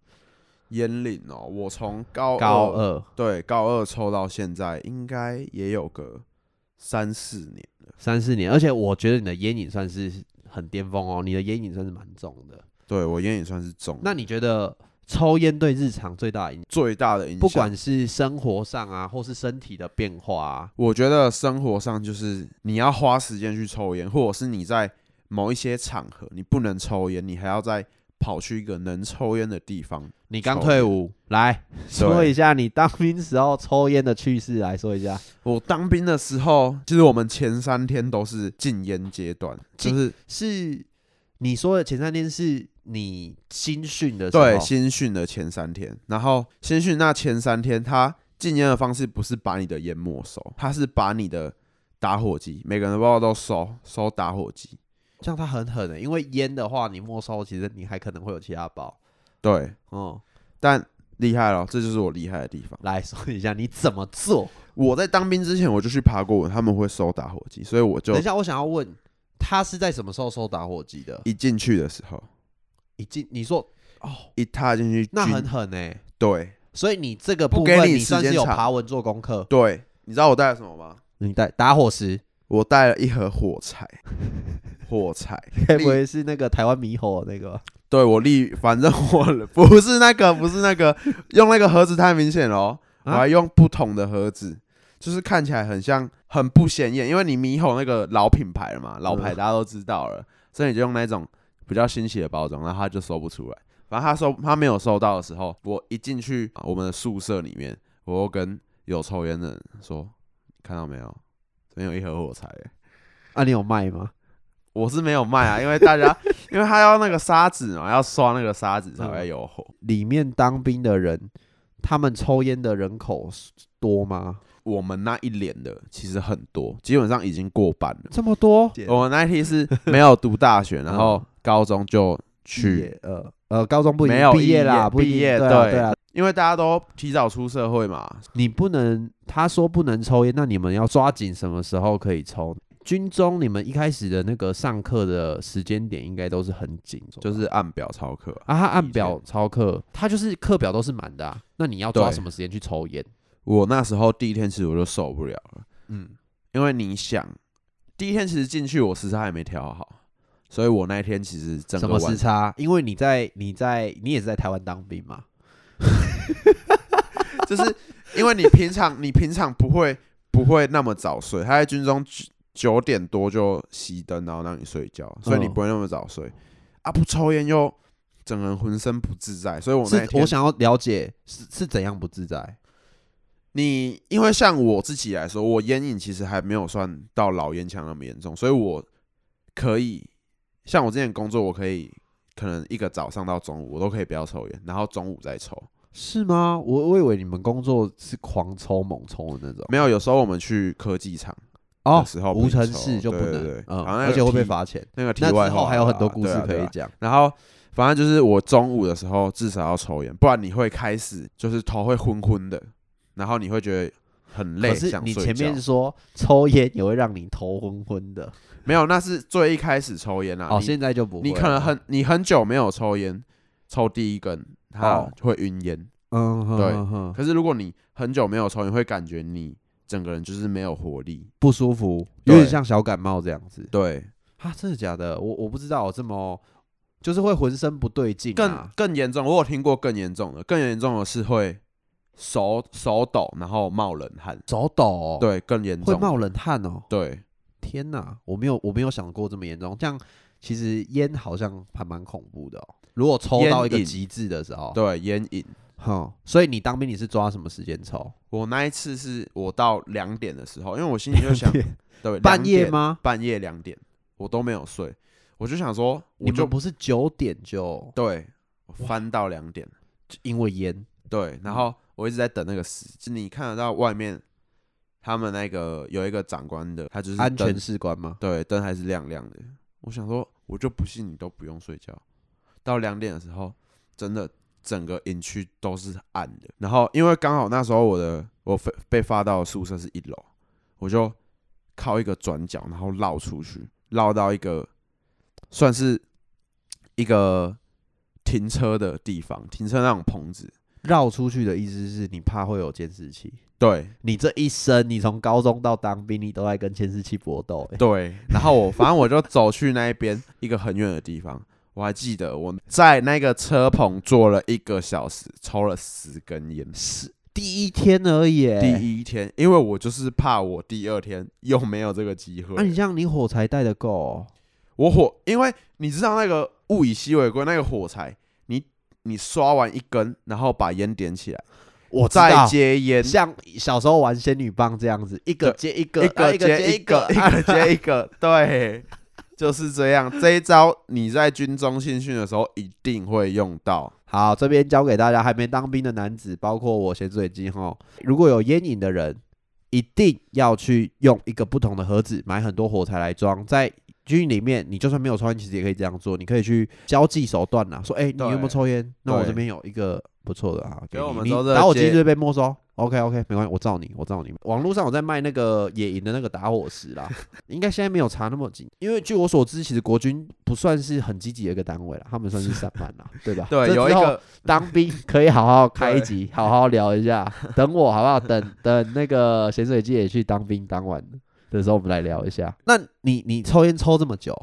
[SPEAKER 2] 烟龄哦，我从高
[SPEAKER 1] 高二，
[SPEAKER 2] 对，高二抽到现在应该也有个三四年了。
[SPEAKER 1] 三四年，而且我觉得你的烟瘾算是很巅峰哦，你的烟瘾算是蛮重的。
[SPEAKER 2] 对我烟也算是中，
[SPEAKER 1] 那你觉得抽烟对日常最大的影响，
[SPEAKER 2] 最大的影响，
[SPEAKER 1] 不管是生活上啊，或是身体的变化啊，
[SPEAKER 2] 我觉得生活上就是你要花时间去抽烟，或者是你在某一些场合你不能抽烟，你还要在跑去一个能抽烟的地方。
[SPEAKER 1] 你刚
[SPEAKER 2] 抽
[SPEAKER 1] 退
[SPEAKER 2] 烟
[SPEAKER 1] 伍，来说
[SPEAKER 2] 对
[SPEAKER 1] 一下你当兵时候抽烟的趣事，来说一下。
[SPEAKER 2] 我当兵的时候，其实我们前三天都是禁烟阶段，就
[SPEAKER 1] 禁
[SPEAKER 2] 是
[SPEAKER 1] 是你说的前三天是你新训的时候，
[SPEAKER 2] 对新训的前三天。然后新训那前三天，他禁烟的方式不是把你的烟没收，他是把你的打火机，每个人的包包都收收打火机。
[SPEAKER 1] 这样它很狠的、欸因为烟的话你没收，其实你还可能会有其他包。
[SPEAKER 2] 对，
[SPEAKER 1] 嗯，
[SPEAKER 2] 但厉害了，这就是我厉害的地方。
[SPEAKER 1] 来说一下你怎么做。
[SPEAKER 2] 我在当兵之前，我就去爬过文，他们会收打火机，所以我就
[SPEAKER 1] 等一下，我想要问，他是在什么时候收打火机的？
[SPEAKER 2] 一进去的时候，
[SPEAKER 1] 已经你说哦，
[SPEAKER 2] 一踏进去，
[SPEAKER 1] 那
[SPEAKER 2] 军
[SPEAKER 1] 很狠哎、
[SPEAKER 2] 对
[SPEAKER 1] 所以你这个
[SPEAKER 2] 不
[SPEAKER 1] 部
[SPEAKER 2] 给
[SPEAKER 1] 分
[SPEAKER 2] 你时
[SPEAKER 1] 算是
[SPEAKER 2] 间
[SPEAKER 1] 有
[SPEAKER 2] 长
[SPEAKER 1] 爬文做功课，
[SPEAKER 2] 对，你知道我带了什么吗？
[SPEAKER 1] 你带打火 石，
[SPEAKER 2] 我带了一盒火 柴，火柴，
[SPEAKER 1] 该不会是那个台湾猕猴那个吧？
[SPEAKER 2] 对我立，反正我不是那个，不是那个，用那个盒子太明显了哦、我
[SPEAKER 1] 啊
[SPEAKER 2] 还用不同的盒子，就是看起来很像，很不显眼，因为你猕猴那个老品牌了嘛，老牌
[SPEAKER 1] 嗯
[SPEAKER 2] 大家都知道了，所以你就用那种比较新奇的包装，然后他就收不出来。反正他收他没有收到的时候，我一进去啊我们的宿舍里面，我又跟有抽烟的人说，看到没有，这边有一盒火柴耶、
[SPEAKER 1] 啊，你有卖吗？
[SPEAKER 2] 我是没有卖啊，因 为大家因为他要那个沙子嘛，要刷那个沙子才
[SPEAKER 1] 嗯
[SPEAKER 2] 会有火。
[SPEAKER 1] 里面当兵的人，他们抽烟的人口多吗？
[SPEAKER 2] 我们那一连的其实很多，基本上已经过半了。
[SPEAKER 1] 这么多？
[SPEAKER 2] 我们那一批是没有读 大学，然后
[SPEAKER 1] 嗯
[SPEAKER 2] 高中就去，
[SPEAKER 1] 也呃呃，高中不一定
[SPEAKER 2] 没有
[SPEAKER 1] 毕业啦，
[SPEAKER 2] 毕业
[SPEAKER 1] 不一定
[SPEAKER 2] 毕业
[SPEAKER 1] 对啊
[SPEAKER 2] 对
[SPEAKER 1] 对啊，
[SPEAKER 2] 因为大家都提早出社会嘛。
[SPEAKER 1] 你不能他说不能抽烟，那你们要抓紧什么时候可以抽？军中你们一开始的那个上课的时间点应该都是很紧，
[SPEAKER 2] 就是按表操课啊、
[SPEAKER 1] 啊，他按
[SPEAKER 2] 以前
[SPEAKER 1] 表操课，他就是课表都是满的、啊，那你要抓
[SPEAKER 2] 对
[SPEAKER 1] 什么时间去抽烟？
[SPEAKER 2] 我那时候第一天其实我就受不了了，
[SPEAKER 1] 嗯，
[SPEAKER 2] 因为你想，第一天其实进去我时差还没调好，所以我那一天其实整
[SPEAKER 1] 什
[SPEAKER 2] 个
[SPEAKER 1] 么
[SPEAKER 2] 晚
[SPEAKER 1] 时差？因为你在你在你也是在台湾当兵嘛，
[SPEAKER 2] 就是因为你平常你平常不会不会那么早睡，他在军中九九点多就熄灯，然后让你睡觉，所以你
[SPEAKER 1] 嗯
[SPEAKER 2] 不会那么早睡。啊，不抽烟又整个人浑身不自在，所以我那
[SPEAKER 1] 是
[SPEAKER 2] 一天
[SPEAKER 1] 我想要了解是是怎样不自在？
[SPEAKER 2] 你因为像我自己来说，我烟瘾其实还没有算到老烟枪那么严重，所以我可以像我之前工作，我可以可能一个早上到中午我都可以不要抽烟，然后中午再抽。
[SPEAKER 1] 是吗？我我以为你们工作是狂抽猛抽的那种
[SPEAKER 2] 没有，有时候我们去科技厂
[SPEAKER 1] 哦
[SPEAKER 2] 的，时候不
[SPEAKER 1] 无
[SPEAKER 2] 能抽，
[SPEAKER 1] 尘室就不
[SPEAKER 2] 对对
[SPEAKER 1] 能，
[SPEAKER 2] 对
[SPEAKER 1] 嗯，
[SPEAKER 2] 然后那
[SPEAKER 1] 而
[SPEAKER 2] 个
[SPEAKER 1] 且会被
[SPEAKER 2] 提
[SPEAKER 1] 罚钱。
[SPEAKER 2] 那个题
[SPEAKER 1] 那
[SPEAKER 2] 外
[SPEAKER 1] 之
[SPEAKER 2] 话
[SPEAKER 1] 后还有很多
[SPEAKER 2] 啦
[SPEAKER 1] 故事
[SPEAKER 2] 对啊
[SPEAKER 1] 可
[SPEAKER 2] 对
[SPEAKER 1] 以
[SPEAKER 2] 啊
[SPEAKER 1] 讲。
[SPEAKER 2] 然后反正就是我中午的时候至少要抽烟，不然你会开始就是头会昏昏的，然后你会觉得很
[SPEAKER 1] 可
[SPEAKER 2] 累，
[SPEAKER 1] 是
[SPEAKER 2] 想
[SPEAKER 1] 你
[SPEAKER 2] 睡
[SPEAKER 1] 前面
[SPEAKER 2] 觉
[SPEAKER 1] 说抽烟也会让你头昏昏的，
[SPEAKER 2] 没有，那是最一开始抽烟啦。啊
[SPEAKER 1] 哦，
[SPEAKER 2] 你
[SPEAKER 1] 现在就不会了。
[SPEAKER 2] 你可能很你很久没有抽烟，抽第一根它
[SPEAKER 1] 哦
[SPEAKER 2] 会晕烟。
[SPEAKER 1] 嗯，哼
[SPEAKER 2] 对
[SPEAKER 1] 哼哼
[SPEAKER 2] 可是如果你很久没有抽，你会感觉你整个人就是没有活力。
[SPEAKER 1] 不舒服，有点
[SPEAKER 2] 对
[SPEAKER 1] 像小感冒这样子。
[SPEAKER 2] 对，
[SPEAKER 1] 啊，真的假的？我我不知道，这么就是会浑身不对劲、
[SPEAKER 2] 更
[SPEAKER 1] 啊。
[SPEAKER 2] 更严重，我有听过更严重的，更严重的是会手手抖，然后冒冷汗。
[SPEAKER 1] 手抖、哦，，
[SPEAKER 2] 对，更严
[SPEAKER 1] 会
[SPEAKER 2] 重，
[SPEAKER 1] 冒冷汗哦。
[SPEAKER 2] 对，
[SPEAKER 1] 天哪，我没有我没有想过这么严重。这样其实烟好像还蛮恐怖的哦。如果抽
[SPEAKER 2] 烟
[SPEAKER 1] 到一个
[SPEAKER 2] 瘾
[SPEAKER 1] 极致的时候，
[SPEAKER 2] 对烟瘾。
[SPEAKER 1] 哼，所以你当兵你是抓什么时间抽？
[SPEAKER 2] 我那一次是我到两点的时候，因为我心里就想，对，
[SPEAKER 1] 半夜
[SPEAKER 2] 2点？
[SPEAKER 1] 吗？
[SPEAKER 2] 半夜两点，我都没有睡，我就想说，
[SPEAKER 1] 你
[SPEAKER 2] 我
[SPEAKER 1] 们
[SPEAKER 2] 就
[SPEAKER 1] 不是九点就
[SPEAKER 2] 对我翻到两点，
[SPEAKER 1] 就因为烟？
[SPEAKER 2] 对，
[SPEAKER 1] 嗯
[SPEAKER 2] 然后我一直在等那个时，就你看得到外面他们那个有一个长官的，他就是
[SPEAKER 1] 安
[SPEAKER 2] 灯
[SPEAKER 1] 全士官吗？
[SPEAKER 2] 对，灯还是亮亮的。我想说，我就不信你都不用睡觉。到两点的时候，真的整个营区都是暗的。然后因为刚好那时候我的我被被发到的宿舍是一楼，我就靠一个转角，然后绕出去，绕到一个算是一个停车的地方，停车那种棚子。
[SPEAKER 1] 绕出去的意思是你怕会有监视器。
[SPEAKER 2] 对
[SPEAKER 1] 你这一生，你从高中到当兵，你都在跟监视器搏斗、欸。
[SPEAKER 2] 对，然后我反正我就走去那一边一个很远的地方，我还记得我在那个车棚坐了一个小时，抽了十根烟。
[SPEAKER 1] 是第一天而已、欸。
[SPEAKER 2] 第，一天，因为我就是怕我第二天又没有这个机
[SPEAKER 1] 啊那、你
[SPEAKER 2] 会，
[SPEAKER 1] 这样，你火柴带的够哦、
[SPEAKER 2] 我火，因为你知道那个物以稀为贵，那个火柴，你你刷完一根，然后把烟点起来，
[SPEAKER 1] 我知
[SPEAKER 2] 再
[SPEAKER 1] 道
[SPEAKER 2] 接烟，
[SPEAKER 1] 像小时候玩仙女棒这样子，一个接一个，
[SPEAKER 2] 一
[SPEAKER 1] 啊
[SPEAKER 2] 个
[SPEAKER 1] 一个接
[SPEAKER 2] 接
[SPEAKER 1] 一
[SPEAKER 2] 个，
[SPEAKER 1] 个，
[SPEAKER 2] 一个接一个，对，就是这样。这一招你在军中新训的时候一定会用到。
[SPEAKER 1] 好，这边教给大家还没当兵的男子，包括我咸水鸡哈，如果有烟瘾的人，一定要去用一个不同的盒子买很多火柴来装。在军营里面，你就算没有抽烟，其实也可以这样做。你可以去交际手段啦，说哎、你
[SPEAKER 2] 对
[SPEAKER 1] 有没有抽烟？那我
[SPEAKER 2] 对
[SPEAKER 1] 这边有一个不错的啊，给
[SPEAKER 2] 给我
[SPEAKER 1] 你
[SPEAKER 2] 们
[SPEAKER 1] 你
[SPEAKER 2] 都是
[SPEAKER 1] 打火
[SPEAKER 2] 接
[SPEAKER 1] 机就会被没收。OK OK，没关系，我照你，我照你。网络上有在卖那个野营的那个打火石啦，应该现在没有查那么紧，因为据我所知，其实国军不算是很积极的一个单位了，他们算是散漫啦， 对吧？
[SPEAKER 2] 对，
[SPEAKER 1] 这
[SPEAKER 2] 有一
[SPEAKER 1] 之后
[SPEAKER 2] 个
[SPEAKER 1] 当兵可以好好开一
[SPEAKER 2] 对
[SPEAKER 1] 集，好好聊一 下。等我好不好？等等那个咸水鸡也去当兵当完的时候，我们来聊一下。那你你抽烟抽这么久，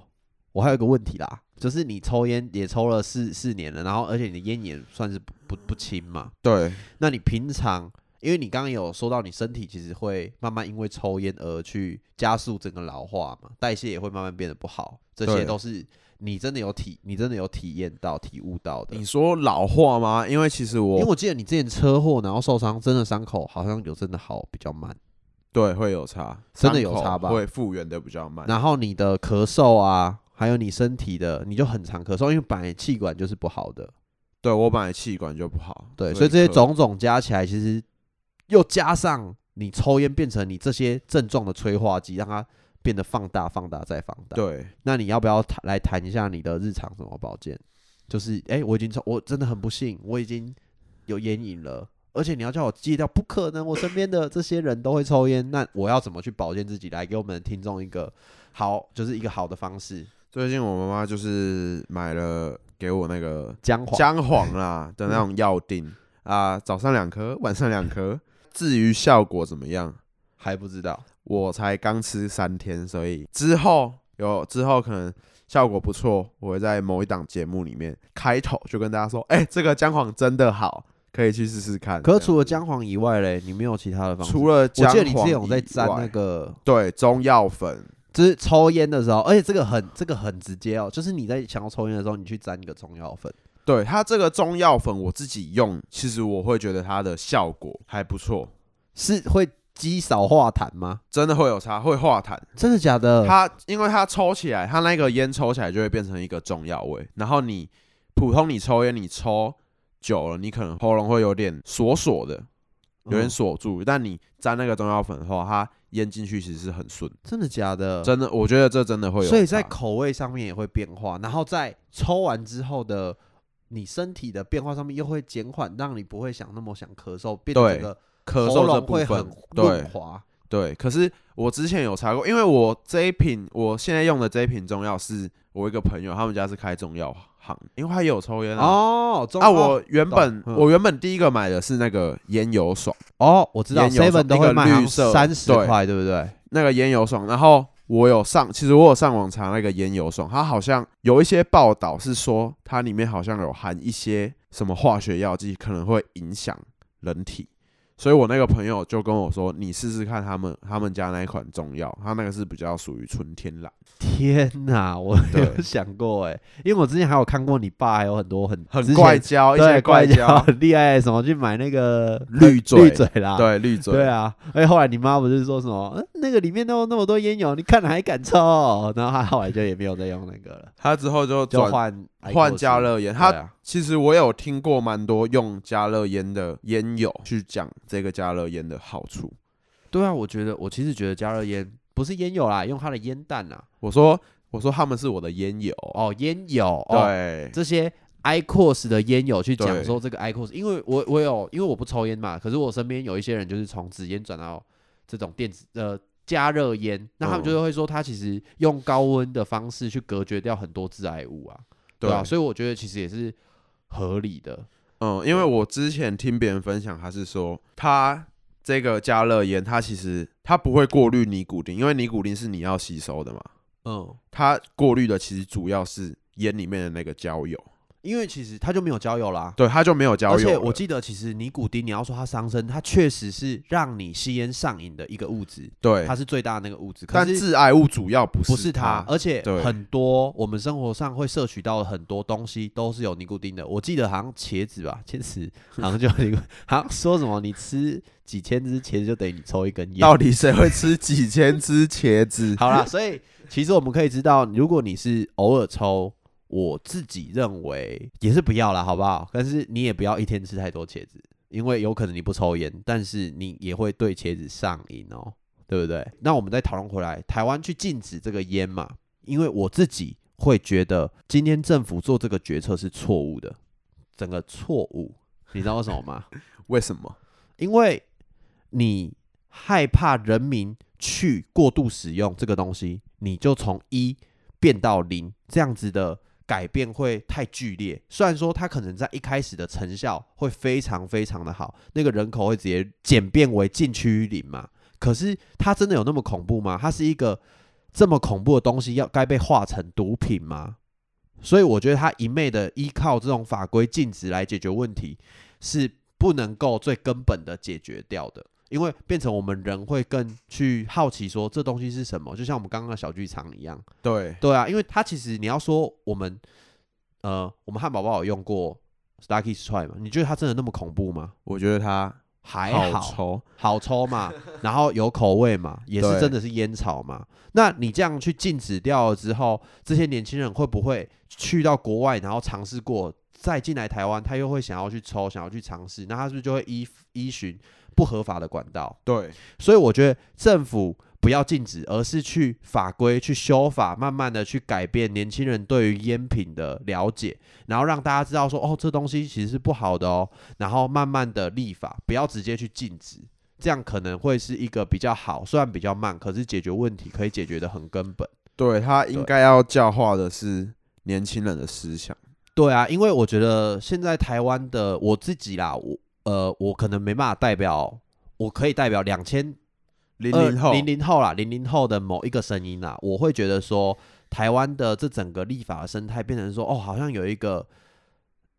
[SPEAKER 1] 我还有一个问题啦，就是你抽烟也抽了四四年了，然后而且你的烟也算是不不不轻嘛。
[SPEAKER 2] 对
[SPEAKER 1] 那你平常，因为你刚刚有说到你身体其实会慢慢因为抽烟而去加速整个老化嘛，代谢也会慢慢变得不好，这些
[SPEAKER 2] 对
[SPEAKER 1] 都是你真的有体你真的有体验到体悟到的
[SPEAKER 2] 你。说老化吗？因为其实
[SPEAKER 1] 因为
[SPEAKER 2] 我
[SPEAKER 1] 我记得你之前车祸，然后受伤，真的伤口好像有真的好比较慢，
[SPEAKER 2] 对会有差，
[SPEAKER 1] 真的有
[SPEAKER 2] 伤口
[SPEAKER 1] 差吧
[SPEAKER 2] 会复原的比较慢。
[SPEAKER 1] 然后你的咳嗽啊，还有你身体的，你就很常咳嗽，因为本来气管就是不好的，
[SPEAKER 2] 对我本来气管就不好，
[SPEAKER 1] 对，所以这些
[SPEAKER 2] 可
[SPEAKER 1] 种种加起来，其实又加上你抽烟变成你这些症状的催化剂，让它变得放大、放大再放大。，
[SPEAKER 2] 对
[SPEAKER 1] 那你要不要谈来谈一下你的日常怎么保健？就是，哎、我已经抽，我真的很不幸，我已经有烟瘾了。而且你要叫我戒掉，不可能！我身边的这些人都会抽烟，那我要怎么去保健自己？来给我们的听众一个好，就是一个好的方式。
[SPEAKER 2] 最近我妈妈就是买了给我那个
[SPEAKER 1] 姜黄，
[SPEAKER 2] 姜黄 啦的那种药锭啊，早上两颗，晚上 两颗。至于效果怎么样，
[SPEAKER 1] 还不知道，
[SPEAKER 2] 我才刚吃三天，所以之后有之后可能效果不错，我会在某一档节目里面开头就跟大家说，哎、这个姜黄真的好，可以去试试看。
[SPEAKER 1] 可是
[SPEAKER 2] 这样
[SPEAKER 1] 除了姜黄以外嘞，你没有其他的方式吗？
[SPEAKER 2] 除了姜
[SPEAKER 1] 我
[SPEAKER 2] 黄
[SPEAKER 1] 记得
[SPEAKER 2] 以外，
[SPEAKER 1] 你之前有在沾那个，
[SPEAKER 2] 对中药粉，
[SPEAKER 1] 就是抽烟的时候，而且这个很这个很直接哦，就是你在想要抽烟的时候，你去沾一个中药粉，
[SPEAKER 2] 对它这个中药粉我自己用，其实我会觉得它的效果还不错，
[SPEAKER 1] 是会积少化痰吗？
[SPEAKER 2] 真的会有差，会化痰。
[SPEAKER 1] 真的假的？
[SPEAKER 2] 它因为它抽起来，它那个烟抽起来就会变成一个中药味。然后你普通你抽烟，你抽久了，你可能喉咙会有点锁锁的，有点
[SPEAKER 1] 嗯
[SPEAKER 2] 锁住。但你沾那个中药粉的话，它烟进去其实是很顺，
[SPEAKER 1] 真的假的？
[SPEAKER 2] 真的，我觉得这真的会有差。
[SPEAKER 1] 所以在口味上面也会变化，然后在抽完之后的你身体的变化上面又会减缓，让你不会想那么想咳嗽，变得
[SPEAKER 2] 对
[SPEAKER 1] 这个喉
[SPEAKER 2] 咳嗽这
[SPEAKER 1] 咙
[SPEAKER 2] 部
[SPEAKER 1] 会很
[SPEAKER 2] 分，
[SPEAKER 1] 润
[SPEAKER 2] 对
[SPEAKER 1] 滑。
[SPEAKER 2] 对。可是我之前有查过，因为我这一瓶我现在用的这一瓶中药是我一个朋友，他们家是开中药行，因为他也有抽烟啊。
[SPEAKER 1] 哦，中
[SPEAKER 2] 啊，
[SPEAKER 1] 药
[SPEAKER 2] 我原本、
[SPEAKER 1] 懂嗯
[SPEAKER 2] 我原本第一个买的是那个烟油爽。
[SPEAKER 1] 哦，我知道
[SPEAKER 2] 烟油
[SPEAKER 1] seven
[SPEAKER 2] 上
[SPEAKER 1] 都
[SPEAKER 2] 一
[SPEAKER 1] 会
[SPEAKER 2] 个
[SPEAKER 1] 卖
[SPEAKER 2] 绿
[SPEAKER 1] 好像
[SPEAKER 2] 色
[SPEAKER 1] 三十
[SPEAKER 2] 对
[SPEAKER 1] 块，对不对？
[SPEAKER 2] 那个烟油爽，然后我有上，其实我有上网查那个烟油爽，它好像有一些报道是说它里面好像有含一些什么化学药剂，可能会影响人体。所以我那个朋友就跟我说，你试试看他们他们家那一款中药，它那个是比较属于纯天然，
[SPEAKER 1] 天哪，我没有
[SPEAKER 2] 对
[SPEAKER 1] 想过哎，因为我之前还有看过你爸，还有很多很之
[SPEAKER 2] 很
[SPEAKER 1] 前
[SPEAKER 2] 怪胶，一
[SPEAKER 1] 对
[SPEAKER 2] 些
[SPEAKER 1] 怪
[SPEAKER 2] 胶，
[SPEAKER 1] 很厉害，什么去买那个
[SPEAKER 2] 绿 嘴
[SPEAKER 1] 绿嘴啦，
[SPEAKER 2] 对绿嘴，
[SPEAKER 1] 对，啊，而且后来你妈不是说什么呃那个里面都有那么多烟油，你看了还敢抽？然后她后来就也没有再用那个了，
[SPEAKER 2] 他之后就
[SPEAKER 1] 就
[SPEAKER 2] 转
[SPEAKER 1] 换
[SPEAKER 2] 换加，热烟，他
[SPEAKER 1] 对啊
[SPEAKER 2] 其实我有听过蛮多用加热烟的烟友去讲这个加热烟的好处。
[SPEAKER 1] 对啊，我觉得我其实觉得加热烟不是烟油啦，用它的烟弹啦，
[SPEAKER 2] 我说我说他们是我的烟友，
[SPEAKER 1] 哦烟油，哦
[SPEAKER 2] 对
[SPEAKER 1] 这些 iCos 的烟友去讲
[SPEAKER 2] 对
[SPEAKER 1] 说这个 iCos，因为我我有因为我不抽烟嘛，可是我身边有一些人就是从纸烟转到这种电子呃加热烟，那他们
[SPEAKER 2] 嗯
[SPEAKER 1] 就会说他其实用高温的方式去隔绝掉很多致癌物啊，对啊，所以我觉得其实也是合理的。
[SPEAKER 2] 嗯，因为我之前听别人分享，他是说他这个加热烟，它其实它不会过滤尼古丁，因为尼古丁是你要吸收的嘛，
[SPEAKER 1] 嗯，
[SPEAKER 2] 它过滤的其实主要是烟里面的那个焦油，
[SPEAKER 1] 因为其实他就没有交友啦。
[SPEAKER 2] 对，他就没有交友
[SPEAKER 1] 而
[SPEAKER 2] 了。
[SPEAKER 1] 且我记得，其实尼古丁，你要说它伤身，它确实是让你吸烟上瘾的一个物质，
[SPEAKER 2] 对
[SPEAKER 1] 它，是最大的那个物质。可
[SPEAKER 2] 但
[SPEAKER 1] 是
[SPEAKER 2] 致癌物主要不
[SPEAKER 1] 不
[SPEAKER 2] 是
[SPEAKER 1] 是它，而且
[SPEAKER 2] 对
[SPEAKER 1] 很多我们生活上会摄取到的很多东西都是有尼古丁的。我记得好像茄子吧，茄子好像就有尼古，好像说什么你吃几千只茄子就等于你抽一根烟。？
[SPEAKER 2] 到底谁会吃几千 只茄子
[SPEAKER 1] 好啦，所以其实我们可以知道，如果你是偶尔抽，我自己认为也是不要啦，好不好？但是你也不要一天吃太多茄子，因为有可能你不抽烟，但是你也会对茄子上瘾哦，对不对？那我们再讨论回来，台湾去禁止这个烟嘛，因为我自己会觉得今天政府做这个决策是错误的，整个错误，你知道为什么吗？
[SPEAKER 2] 为什么？
[SPEAKER 1] 因为你害怕人民去过度使用这个东西，你就从一变到零，这样子的改变会太剧烈。虽然说它可能在一开始的成效会非常非常的好，那个人口会直接简变为禁区零嘛，可是它真的有那么恐怖吗？它是一个这么恐怖的东西，要该被化成毒品吗？所以我觉得它一昧的依靠这种法规禁止来解决问题，是不能够最根本的解决掉的，因为变成我们人会更去好奇说这东西是什么，就像我们刚刚的小剧场一样。
[SPEAKER 2] 对，
[SPEAKER 1] 对啊，因为它其实你要说我们，呃，我们汉堡包有用过 Starkey Try 嘛？你觉得它真的那么恐怖吗？
[SPEAKER 2] 我觉得它
[SPEAKER 1] 还
[SPEAKER 2] 好
[SPEAKER 1] 好
[SPEAKER 2] 抽，
[SPEAKER 1] 好抽嘛，然后有口味嘛，也是
[SPEAKER 2] 对
[SPEAKER 1] 真的是烟草嘛。那你这样去禁止掉了之后，这些年轻人会不会去到国外，然后尝试过，再进来台湾，他又会想要去抽，想要去尝试，那他是不是就会依依循不合法的管道？
[SPEAKER 2] 对，
[SPEAKER 1] 所以我觉得政府不要禁止，而是去法规去修法，慢慢的去改变年轻人对于烟品的了解，然后让大家知道说，哦，这东西其实是不好的哦，然后慢慢的立法，不要直接去禁止。这样可能会是一个比较好，虽然比较慢，可是解决问题可以解决的很根本。
[SPEAKER 2] 对他应
[SPEAKER 1] 对
[SPEAKER 2] 该要教化的是年轻人的思想。
[SPEAKER 1] 对啊，因为我觉得现在台湾的我自己啦，我呃，我可能没办法代表，我可以代表两千
[SPEAKER 2] 零呃零后，
[SPEAKER 1] 呃零零后啦，零零后的某一个声音啦，我会觉得说，台湾的这整个立法的生态变成说，哦，好像有一个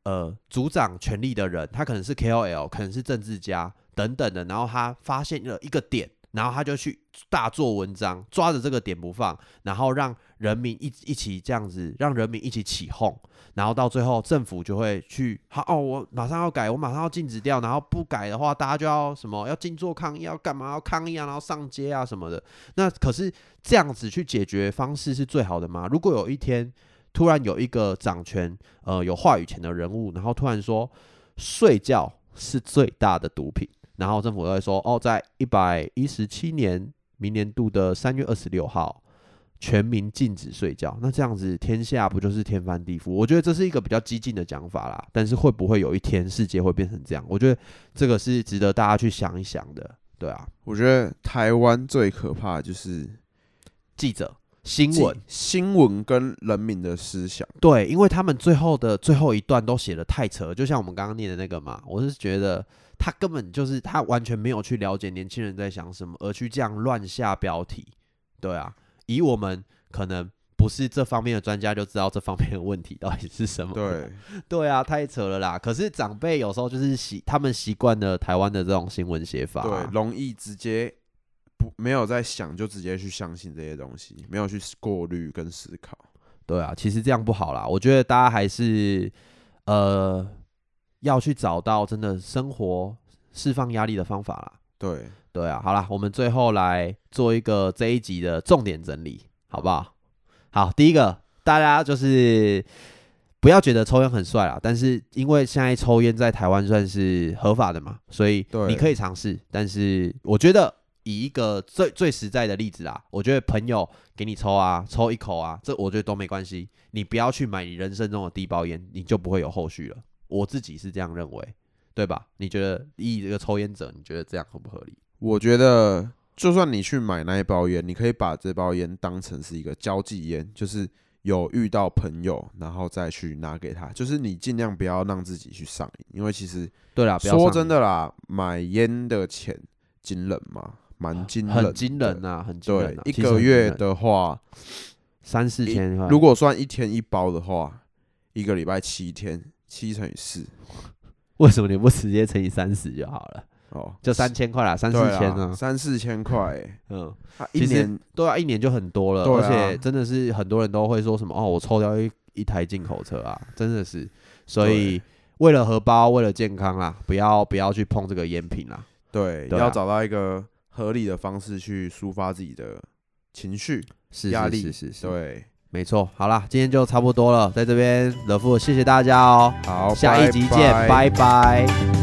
[SPEAKER 1] 呃主掌权力的人，他可能是 KOL，可能是政治家等等的，然后他发现了一个点，然后他就去大做文章，抓着这个点不放，然后让人民一一起这样子，让人民一起起哄，然后到最后政府就会去，好哦，我马上要改，我马上要禁止掉，然后不改的话，大家就要什么要静坐抗议，要干嘛要抗议啊，然后上街啊什么的。那可是这样子去解决方式是最好的吗？如果有一天突然有一个掌权、呃有话语权的人物，然后突然说睡觉是最大的毒品，然后政府就会说，哦，在一百一十七年明年度的三月二十六号。全民禁止睡觉，那这样子天下不就是天翻地覆？我觉得这是一个比较激进的讲法啦，但是会不会有一天世界会变成这样？我觉得这个是值得大家去想一想的，对啊。
[SPEAKER 2] 我觉得台湾最可怕的就是
[SPEAKER 1] 记者、新闻，
[SPEAKER 2] 新闻跟人民的思想。
[SPEAKER 1] 对，因为他们最后的最后一段都写的太扯了，就像我们刚刚念的那个嘛，我是觉得他根本就是他完全没有去了解年轻人在想什么，而去这样乱下标题，对啊，以我们可能不是这方面的专家就知道这方面的问题到底是什么，
[SPEAKER 2] 对，
[SPEAKER 1] 对啊，太扯了啦。可是长辈有时候就是习，他们习惯了台湾的这种新闻写法啊、
[SPEAKER 2] 对，容易直接不没有在想，就直接去相信这些东西，没有去过滤跟思考。
[SPEAKER 1] 对啊，其实这样不好啦。我觉得大家还是呃要去找到真的生活释放压力的方法啦。
[SPEAKER 2] 对，
[SPEAKER 1] 对啊，好啦，我们最后来做一个这一集的重点整理，好不好？好，第一个，大家就是不要觉得抽烟很帅啦，但是因为现在抽烟在台湾算是合法的嘛，所以
[SPEAKER 2] 对
[SPEAKER 1] 你可以尝试。但是我觉得以一个最最实在的例子啦，我觉得朋友给你抽啊，抽一口啊，这我觉得都没关系。你不要去买你人生中的第一包烟，你就不会有后续了。我自己是这样认为，对吧？你觉得以这个抽烟者，你觉得这样合不合理？
[SPEAKER 2] 我觉得就算你去买那一包烟，你可以把这包烟当成是一个交际烟，就是有遇到朋友，然后再去拿给他，就是你尽量不要让自己去上瘾，因为其实
[SPEAKER 1] 对啊啦，不要
[SPEAKER 2] 说
[SPEAKER 1] 上
[SPEAKER 2] 真
[SPEAKER 1] 瘾
[SPEAKER 2] 的啦，买烟的钱惊人嘛，蛮惊人
[SPEAKER 1] 啊
[SPEAKER 2] 的，
[SPEAKER 1] 很惊人呐、很惊
[SPEAKER 2] 对
[SPEAKER 1] 人、啊，。
[SPEAKER 2] 一
[SPEAKER 1] 其实很
[SPEAKER 2] 个
[SPEAKER 1] 惊
[SPEAKER 2] 月
[SPEAKER 1] 人嗯
[SPEAKER 2] 的话，
[SPEAKER 1] 三四
[SPEAKER 2] 一
[SPEAKER 1] 千块，
[SPEAKER 2] 如果算一天一包的话，一个礼拜七天，七乘以四，
[SPEAKER 1] 为什么你不直接乘以三十就好了？
[SPEAKER 2] 哦，
[SPEAKER 1] 就三千块啦，三四
[SPEAKER 2] 对啊
[SPEAKER 1] 千啊，
[SPEAKER 2] 三四千块欸，
[SPEAKER 1] 嗯，
[SPEAKER 2] 他一
[SPEAKER 1] 其实
[SPEAKER 2] 年
[SPEAKER 1] 对啊，一年就很多了，
[SPEAKER 2] 对啊
[SPEAKER 1] 而且真的是很多人都会说什么哦，我抽掉一一台进口车啊，真的是，所以为了荷包，为了健康啦，不要不要去碰这个烟品啦，
[SPEAKER 2] 对
[SPEAKER 1] 对啊
[SPEAKER 2] 要找到一个合理的方式去抒发自己的情绪
[SPEAKER 1] 是
[SPEAKER 2] 压
[SPEAKER 1] 是
[SPEAKER 2] 力，
[SPEAKER 1] 是是是，
[SPEAKER 2] 对，
[SPEAKER 1] 没错，好啦，今天就差不多了，在这边乐富谢谢大家哦，
[SPEAKER 2] 好，
[SPEAKER 1] 下一集见，拜
[SPEAKER 2] 拜
[SPEAKER 1] 拜